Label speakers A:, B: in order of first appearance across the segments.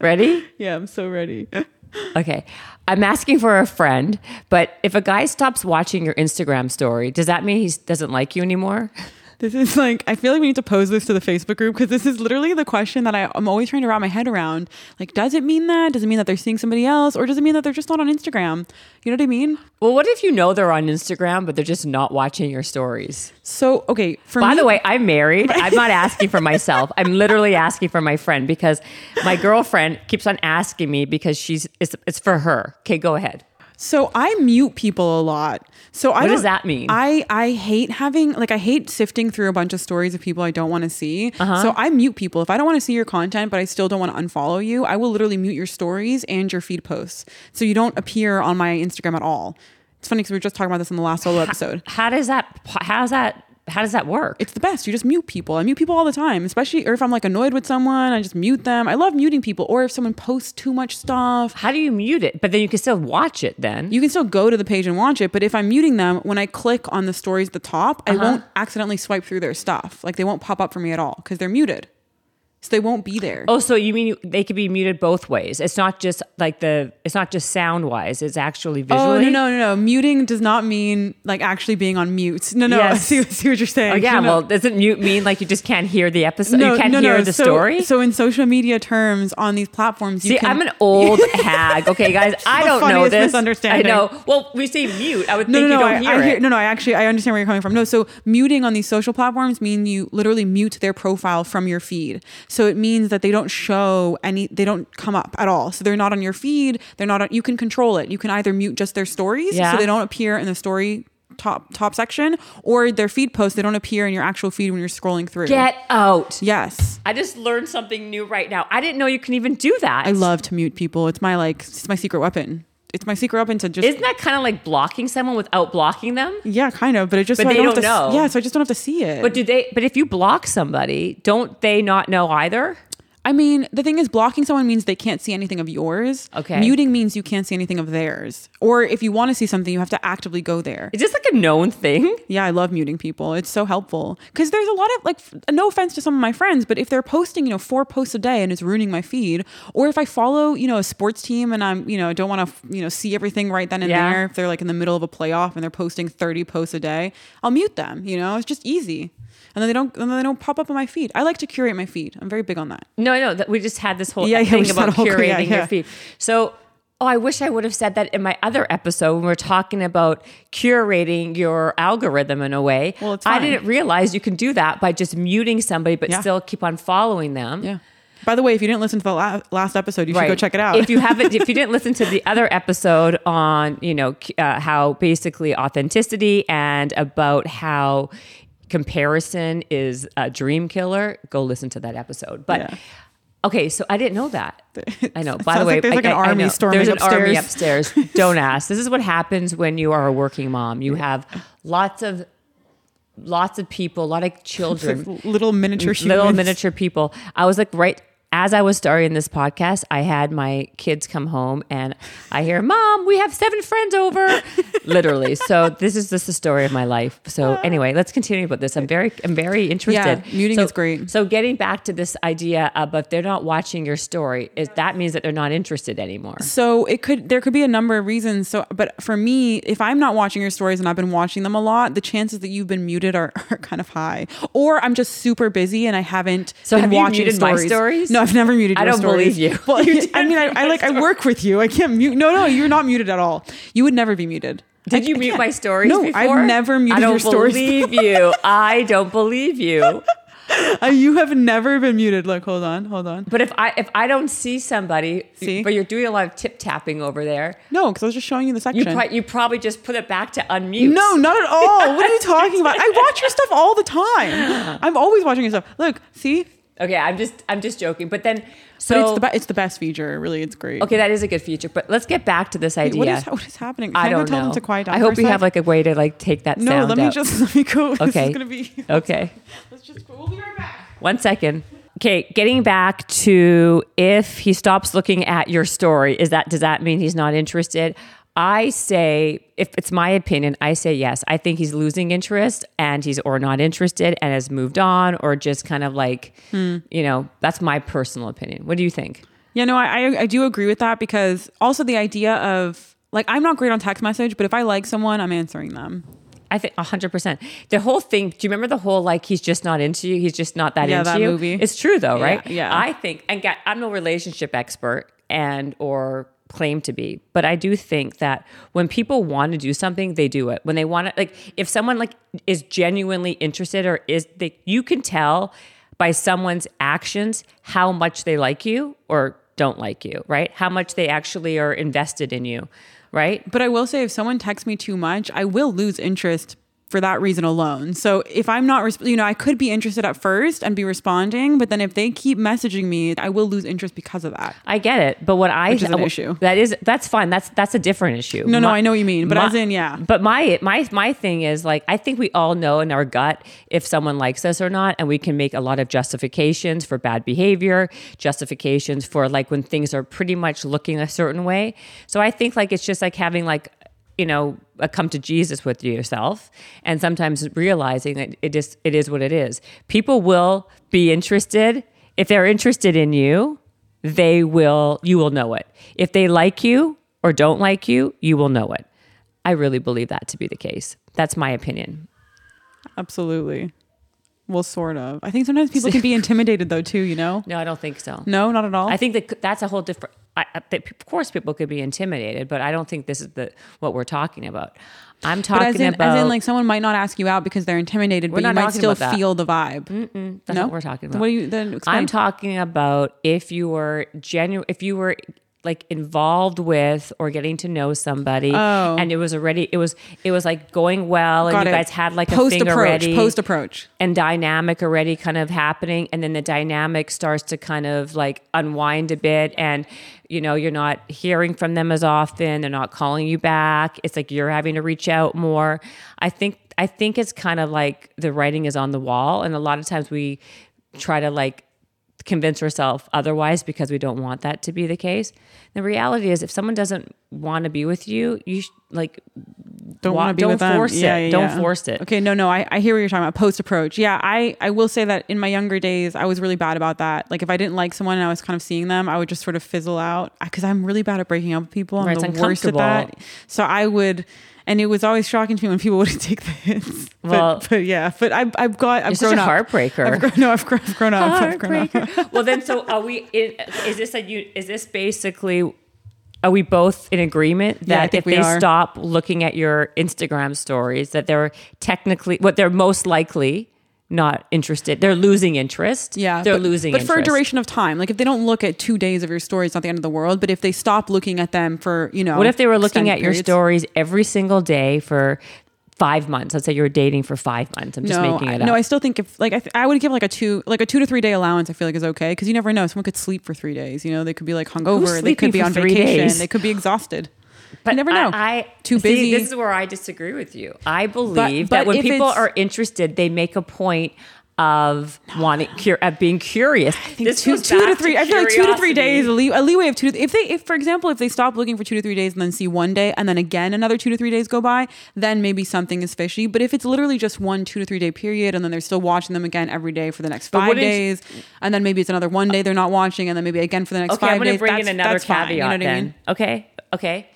A: Ready?
B: Yeah, I'm so ready.
A: Okay. I'm asking for a friend, but if a guy stops watching your Instagram story, does that mean he doesn't like you anymore?
B: This is like, I feel like we need to pose this to the Facebook group because this is literally the question that I, I'm always trying to wrap my head around. Like, does it mean that? Does it mean that they're seeing somebody else? Or does it mean that they're just not on Instagram? You know what I mean?
A: Well, what if you know they're on Instagram, but they're just not watching your stories?
B: So, okay, for
A: By
B: me,
A: the way, I'm married. I'm not asking for myself. I'm literally asking for my friend because my girlfriend keeps on asking me because she's it's, it's for her. Okay, go ahead.
B: So I mute people a lot. So I
A: What does
B: don't-
A: that mean?
B: I I hate having like I hate sifting through a bunch of stories of people I don't want to see.
A: Uh-huh.
B: So I mute people if I don't want to see your content, but I still don't want to unfollow you. I will literally mute your stories and your feed posts, so you don't appear on my Instagram at all. It's funny because we were just talking about this in the last solo episode.
A: How does that how does that how does that work?
B: It's the best. You just mute people. I mute people all the time, especially or if I'm like annoyed with someone, I just mute them. I love muting people. Or if someone posts too much stuff,
A: How do you mute it? But then you can still watch it then.
B: you can still go to the page and watch it but if i'm muting them when i click on the stories at the top
A: Uh-huh.
B: i won't accidentally swipe through their stuff like they won't pop up for me at all because they're muted so they won't be there
A: Oh, so you mean you- they could be muted both ways? It's not just like the it's not just sound wise. It's actually visually.
B: Oh, no no no no! Muting does not mean like actually being on mute. No no, I
A: Yes.
B: see, I see what you're saying.
A: Oh, yeah.
B: No, no.
A: Well, doesn't mute mean like you just can't hear the episode?
B: no,
A: you can't
B: no,
A: hear
B: no.
A: the
B: so,
A: story.
B: So in social media terms, on these platforms, you
A: See,
B: can,
A: I'm an old hag. Okay, guys, I
B: The
A: don't know
B: funniest
A: this.
B: misunderstanding.
A: I know. Well, we say mute. I would
B: no,
A: think
B: no, no.
A: you don't
B: I,
A: hear
B: I
A: it.
B: no, no. I actually I understand where you're coming from. No, so muting on these social platforms mean you literally mute their profile from your feed. So it means that they don't show any. They don't come up at all. So they're not on your feed. They're not. on You can control it. You can either mute just their stories,
A: Yeah.
B: so they don't appear in the story top top section, or their feed posts. They don't appear in your actual feed when you're scrolling through.
A: Get out.
B: yes.
A: I just learned something new right now. I didn't know you can even do that.
B: I love to mute people. It's my like. It's my secret weapon. It's my secret weapon to just.
A: Isn't that kind of like blocking someone without blocking them?
B: yeah, kind of, but it just
A: But
B: so I
A: they
B: don't,
A: don't
B: have to s-
A: know.
B: Yeah, so I just don't have to see it.
A: But do they? But if you block somebody, don't they not know either?
B: I mean, the thing is, blocking someone means they can't see anything of yours.
A: Okay.
B: Muting means you can't see anything of theirs. Or if you want to see something, you have to actively go there.
A: Is this like a known thing?
B: Yeah, I love muting people. It's so helpful because there's a lot of like, f- no offense to some of my friends, but if they're posting, you know, four posts a day and it's ruining my feed, or if I follow, you know, a sports team and I'm, you know, don't want to, you know, see everything right then and
A: Yeah.
B: there, if they're like in the middle of a playoff and they're posting 30 posts a day, I'll mute them. You know, it's just easy. And then they don't, and then they don't pop up on my feed. I like to curate my feed. I'm very big on that.
A: No, no, that we just had this whole
B: Yeah, yeah, we
A: thing
B: just had
A: about
B: a whole-
A: curating
B: yeah,
A: your
B: yeah.
A: feed. So, oh, I wish I would have said that in my other episode when we are talking about curating your algorithm in a way.
B: Well, it's
A: I
B: fine.
A: didn't realize you can do that by just muting somebody, but
B: Yeah.
A: still keep on following them.
B: Yeah. By the way, if you didn't listen to the la- last episode, you should go check it out.
A: If you haven't, if you didn't listen to the other episode on, you know, c- uh, how basically authenticity and about how comparison is a dream killer, go listen to that episode. But
B: Yeah.
A: okay, so I didn't know that. I know. By the
B: sounds
A: way,
B: like there's like
A: I-
B: an
A: I- I
B: army
A: know.
B: storming
A: There's an army
B: upstairs.
A: upstairs. Don't ask. This is what happens when you are a working mom. You have lots of lots of people, a lot of children
B: little miniature humans.
A: little miniature people. I was like, right as I was starting this podcast, I had my kids come home and I hear, Mom, we have seven friends over. Literally. So this is just the story of my life. So anyway, let's continue about this. I'm very, I'm very interested.
B: Ah. Yeah, muting
A: so,
B: is great.
A: So getting back to this idea of if they're not watching your story, is that means that they're not interested anymore.
B: So it could there could be a number of reasons. So, but for me, if I'm not watching your stories and I've been watching them a lot, the chances that you've been muted are, are kind of high. Or I'm just super busy and I haven't.
A: So
B: been
A: have you
B: watching
A: muted my
B: stories.
A: stories?
B: No, I've never muted.
A: I
B: your
A: don't
B: stories.
A: believe you.
B: Well,
A: You
B: I mean, I, I like I work with you. I can't mute. No, no, you're not muted at all. You would never be muted.
A: Did
B: I-
A: you
B: I
A: mute
B: can't.
A: my stories
B: No,
A: before?
B: I've never muted
A: I don't
B: your stories.
A: believe you. I don't believe you.
B: Uh, you have never been muted. Look, hold on, hold on.
A: But if I if I don't see somebody,
B: See?
A: but you're doing a lot of tip tapping over there,
B: No, because I was just showing you the section.
A: you pro- you probably just put it back to unmute.
B: No, not at all. What are you talking about? I watch your stuff all the time. I'm always watching your stuff. Look, see,
A: Okay, I'm just I'm just joking. But then so
B: but it's the be- it's the best feature. Really, it's great.
A: okay, that is a good feature. But let's get back to this idea.
B: What is, what is happening? Can
A: I
B: go
A: don't
B: tell
A: know.
B: them to quiet down.
A: I
B: for
A: hope
B: a
A: you
B: sec?
A: have like a way to like take that
B: No,
A: sound
B: let me
A: out.
B: just let me go. This
A: Okay. Oh.
B: is gonna be.
A: okay.
B: Let's just. We'll be right back.
A: One second. Okay, getting back to if he stops looking at your story, is that does that mean he's not interested? I say, if it's my opinion, I say yes. I think he's losing interest and he's or not interested and has moved on or just kind of like, you know, that's my personal opinion. What do you think?
B: Yeah, no, I, I I do agree with that because also the idea of like I'm not great on text message, but if I like someone, I'm answering them.
A: I think 100%. The whole thing, do you remember the whole like, he's just not into you? He's just not that
B: Yeah,
A: into
B: that
A: you?
B: movie.
A: It's true though, right?
B: yeah.
A: I think, and ga- I'm no relationship expert and or claim to be, but I do think that when people want to do something, they do it. When they want to, like, if someone like is genuinely interested or is, they, you can tell by someone's actions how much they like you or don't like you, right? How much they actually are invested in you, right?
B: But I will say if someone texts me too much, I will lose interest for that reason alone. So if I'm not, resp- you know, I could be interested at first and be responding, but then if they keep messaging me, I will lose interest because of that.
A: I get it, but what I
B: Which is an issue.
A: that is that's fine. That's that's a different issue.
B: No, no, I know what you mean, but
A: my-
B: as in, yeah.
A: But my my my thing is like I think we all know in our gut if someone likes us or not, and we can make a lot of justifications for bad behavior, justifications for like when things are pretty much looking a certain way. So I think like it's just like having like you know a come to Jesus with yourself, and sometimes realizing that it is it is what it is. People will be interested if they're interested in you they will you will know it if they like you or don't like you you will know it i really believe that to be the case that's my opinion
B: Absolutely. Well, sort of. I think sometimes people can be intimidated though too, you know?
A: no i don't think so
B: No, not at all.
A: i think that that's a whole different I, I think, of course people could be intimidated but i don't think this is the what we're talking about i'm
B: but
A: talking
B: as in,
A: about
B: as in, like someone might not ask you out because they're intimidated, but you
A: not
B: might
A: talking
B: still
A: about that.
B: feel the vibe.
A: that's
B: no,
A: what we're talking about
B: What do you then? Explain.
A: I'm talking about if you were genuine, if you were like involved with or getting to know somebody,
B: Oh.
A: and it was already, it was, it was like going well, and
B: Got
A: you
B: it.
A: guys had like
B: post
A: a thing
B: approach.
A: already,
B: Post approach.
A: and dynamic already kind of happening, and then the dynamic starts to kind of like unwind a bit, and you know you're not hearing from them as often, they're not calling you back. It's like you're having to reach out more. I think. I think it's kind of like the writing is on the wall, and a lot of times we try to like convince herself otherwise because we don't want that to be the case. The reality is, if someone doesn't want to be with you, you sh- like
B: Don't
A: wa-
B: want to be
A: don't
B: with them.
A: force
B: Yeah,
A: it.
B: yeah,
A: Don't
B: yeah.
A: force it.
B: Okay, no, no, I, I hear what you're talking about. Post approach. Yeah, I, I will say that in my younger days, I was really bad about that. Like if I didn't like someone and I was kind of seeing them, I would just sort of fizzle out because I'm really bad at breaking up with people. I'm
A: Right, it's
B: the worst at that.
A: uncomfortable.
B: So I would, and it was always shocking to me when people wouldn't take the hints. But,
A: Well-
B: but yeah, but I've, I've got, I've
A: You're such
B: grown
A: a
B: up.
A: heartbreaker.
B: I've grown, no, I've grown, I've grown up. I've grown up.
A: Heartbreaker. well, then, so are we? In, is this a? you- Is this basically? Are we both in agreement
B: Yeah, I
A: that
B: think
A: if
B: we
A: they
B: are.
A: stop looking at your Instagram stories, that they're technically what they're most likely not interested. They're losing interest.
B: Yeah,
A: they're
B: but,
A: losing.
B: But for a
A: interest.
B: duration of time, like if they don't look at two days of your story, it's not the end of the world. But if they stop looking at them for you know,
A: What if they were looking
B: extended
A: at your
B: periods?
A: stories every single day for five months? Let's say you were dating for five months. I'm just
B: No,
A: making it
B: I,
A: up.
B: no, I still think if like I, th- I would give like a two like a two to three day allowance. I feel like is okay because you never know. Someone could sleep for three days. You know, they could be like hungover. They
A: sleeping
B: could be
A: for
B: on
A: three
B: vacation.
A: days?
B: They could be exhausted.
A: But
B: you never know.
A: I, I
B: too
A: see,
B: busy.
A: this is where I disagree with you. I believe that
B: but
A: when
B: if
A: people
B: it's-
A: are interested, they make a point of wanting cur- of being curious. This
B: two,
A: goes
B: two to
A: back
B: three. I feel like two to three
A: curiosity.
B: days a, lee- a leeway of two. To, if they, if for example, if they stop looking for two to three days and then see one day and then again another two to three days go by, then maybe something is fishy. But if it's literally just one two to three day period and then they're still watching them again every day for the next five
A: wouldn't-
B: days, and then maybe it's another one day they're not watching and then maybe again for the next
A: Okay,
B: 5
A: I'm going
B: days.
A: to bring
B: that's,
A: in another
B: that's
A: caveat
B: fine, you know what
A: then.
B: I mean?
A: Okay, okay.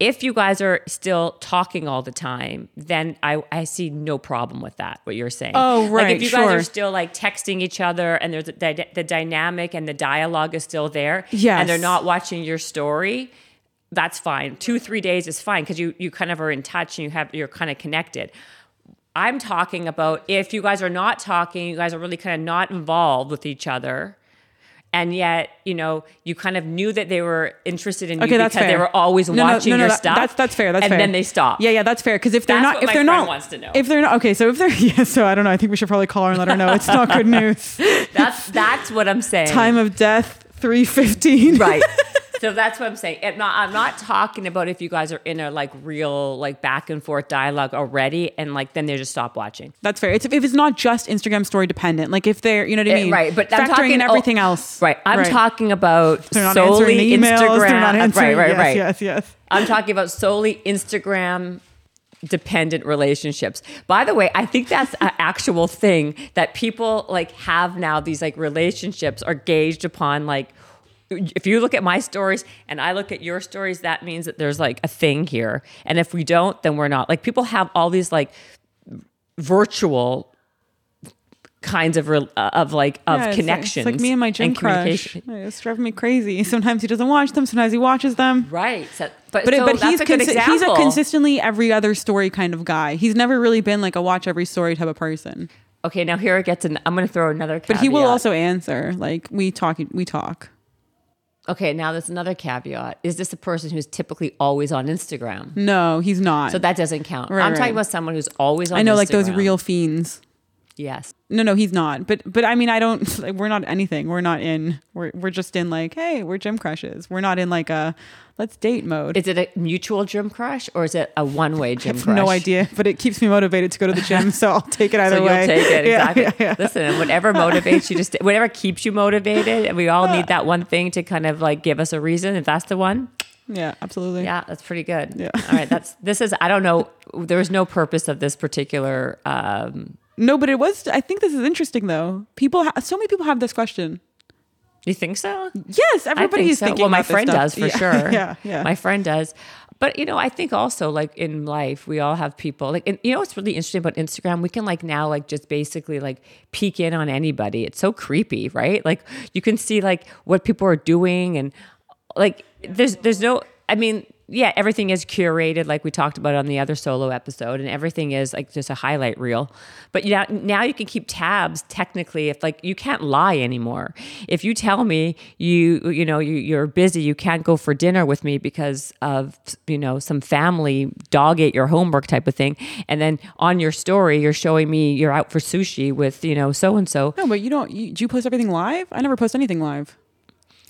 A: If you guys are still talking all the time, then I, I see no problem with that. What you're saying.
B: Oh,
A: Like
B: right,
A: if you guys
B: sure.
A: are still like texting each other and there's the, dy- the dynamic and the dialogue is still there.
B: Yes.
A: And they're not watching your story. That's fine. Two three days is fine because you you kind of are in touch and you have you're kind of connected. I'm talking about if you guys are not talking, you guys are really kind of not involved with each other. And yet, you know, you kind of knew that they were interested in you
B: Okay,
A: because
B: that's fair.
A: they were always
B: No, no,
A: watching
B: no, no,
A: your
B: that-
A: stuff.
B: That's that's fair. That's
A: and
B: fair.
A: then they stop.
B: Yeah, yeah, that's fair. Because if they're
A: That's
B: not,
A: what
B: if
A: my
B: they're
A: friend
B: not,
A: wants to know.
B: if they're not, okay. So if they're, yeah. So I don't know. I think we should probably call her and let her know. It's not good news.
A: That's that's what I'm saying.
B: Time of death, three fifteen.
A: right. So that's what I'm saying. I'm not, I'm not talking about if you guys are in a like real like back and forth dialogue already, and like then they just stop watching.
B: That's fair. It's if it's not just Instagram story dependent. Like if they're, you know what I
A: Eh,
B: mean,
A: right, but I'm
B: factoring
A: talking
B: in everything else.
A: Right. I'm
B: Right.
A: talking about
B: They're not
A: solely
B: answering emails.
A: Instagram.
B: They're not
A: right.
B: answering.
A: Right.
B: yes,
A: right.
B: Yes. Yes.
A: I'm talking about solely Instagram dependent relationships. By the way, I think that's an actual thing that people like have now these like relationships are gauged upon like if you look at my stories and I look at your stories, that means that there's like a thing here. And if we don't, then we're not. Like people have all these like virtual kinds of re- uh, of like of
B: Yeah, it's like-
A: connections.
B: It's like me and my gym crush.
A: communication.
B: It's driving me crazy. Sometimes he doesn't watch them. Sometimes he watches them.
A: Right. So, but
B: But, it-
A: so
B: but
A: that's
B: he's
A: a good
B: consi-
A: example.
B: he's a consistently every other story kind of guy. He's never really been like a watch every story type of person.
A: okay. Now here it gets. An, I'm going to throw another.
B: But
A: Caveat.
B: he will also answer. Like we talk, we talk.
A: Okay. Now that's another caveat. Is this a person who's typically always on Instagram?
B: No, he's not.
A: So that doesn't count.
B: Right,
A: I'm
B: right.
A: talking about someone who's always on.
B: I know, like those
A: Instagram.
B: real fiends.
A: Yes.
B: No, no, he's not. But but I mean, I don't. Like, we're not anything. We're not in. We're we're just in like, hey, we're gym crushes. We're not in like a let's date mode.
A: Is it a mutual gym crush or is it a one way gym crush?
B: no idea, but it keeps me motivated to go to the gym. So I'll take it either
A: So you'll
B: way.
A: take it
B: Yeah,
A: exactly.
B: yeah, yeah.
A: Listen, and whatever motivates you, just whatever keeps you motivated. And we all need that one thing to kind of like give us a reason. If that's the one,
B: Yeah, absolutely.
A: yeah, that's pretty good.
B: Yeah.
A: All right, that's this is. I don't know. There was no purpose of this particular. Um,
B: No, but it was. I think this is interesting though. People, ha- so many people have this question.
A: you think so?
B: Yes, everybody is
A: so.
B: thinking.
A: Well, my
B: about this
A: friend
B: stuff.
A: does for
B: Yeah,
A: sure.
B: Yeah, yeah.
A: My friend does. But you know, I think also like in life, we all have people like, and you know, what's really interesting about Instagram. We can like now like just basically like peek in on anybody. It's so creepy, right? Like you can see like what people are doing, and like there's there's no. I mean, yeah, everything is curated, like we talked about on the other solo episode, and everything is like just a highlight reel. But yeah, now you can keep tabs technically. If like you can't lie anymore. If you tell me you you know you, you're busy, you can't go for dinner with me because of you know some family dog ate your homework type of thing, and then on your story you're showing me you're out for sushi with you know so and so.
B: no, but you don't. You, do you post everything live? I never post anything live.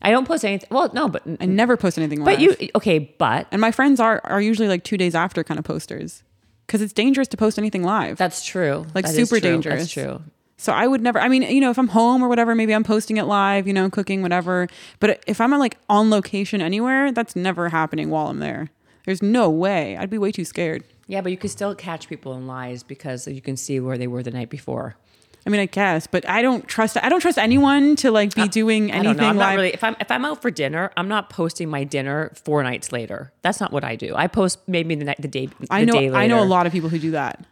A: I don't post anything. Well, no, but
B: I never post anything live.
A: Mm. but you okay, but
B: and my friends are are usually like two days after kind of posters because it's dangerous to post anything live.
A: that's true.
B: Like,
A: That is
B: super
A: true.
B: dangerous.
A: That's true.
B: So I would never. I mean, you know, if I'm home or whatever, maybe I'm posting it live. You know, cooking whatever. But if I'm like on location anywhere, that's never happening while I'm there. There's no way. I'd be way too scared.
A: Yeah, but you could still catch people in lies because you can see where they were the night before.
B: I mean, I guess, but I don't trust. I don't trust anyone to like be doing
A: I don't
B: anything
A: know. I'm not
B: live.
A: really. If I'm if I'm out for dinner, I'm not posting my dinner four nights later. That's not what I do. I post maybe the night, the day, the
B: I know.
A: day later.
B: I know a lot of people who do that.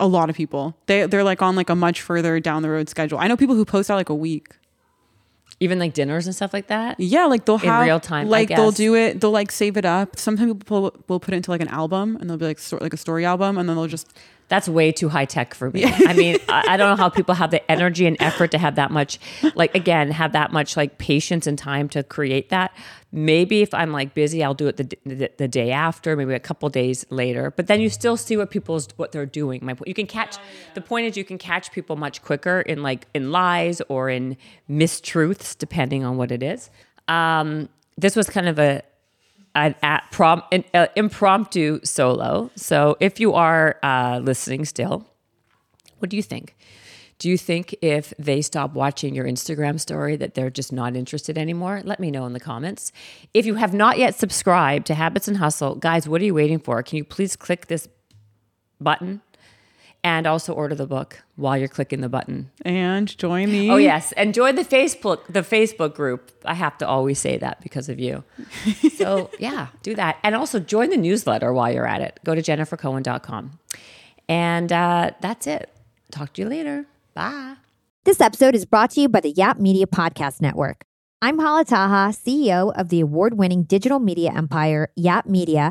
B: A lot of people. They they're like on like a much further down the road schedule. I know people who post out like a week.
A: even like dinners and stuff like that.
B: Yeah, like they'll have
A: real time, I
B: Like they'll
A: guess.
B: do it. They'll like save it up. Sometimes people will put it into like an album, and they'll be like sto- like a story album, and then they'll just
A: That's way too high tech for me. I mean, I, I don't know how people have the energy and effort to have that much, like again, have that much like patience and time to create that. Maybe if I'm like busy, I'll do it the d- the, the day after, maybe a couple days later. But then you still see what people's what they're doing. My point, you can catch the point is you can catch people much quicker in like in lies or in mistruths, depending on what it is. Um, this was kind of a an at prom an uh, impromptu solo. So if you are uh, listening still, what do you think? Do you think if they stop watching your Instagram story that they're just not interested anymore? Let me know in the comments. If you have not yet subscribed to Habits and Hustle, guys, what are you waiting for? Can you please click this button and also order the book while you're clicking the button?
B: and join the.
A: Oh yes, and join the Facebook the Facebook group. I have to always say that because of you. So yeah, do that, and also join the newsletter while you're at it. Go to jennifercohen.com, and uh, that's it. Talk to you later. Bye.
C: This episode is brought to you by the Yap Media Podcast Network. I'm Hala Taha, CEO of the award winning digital media empire, Yap Media,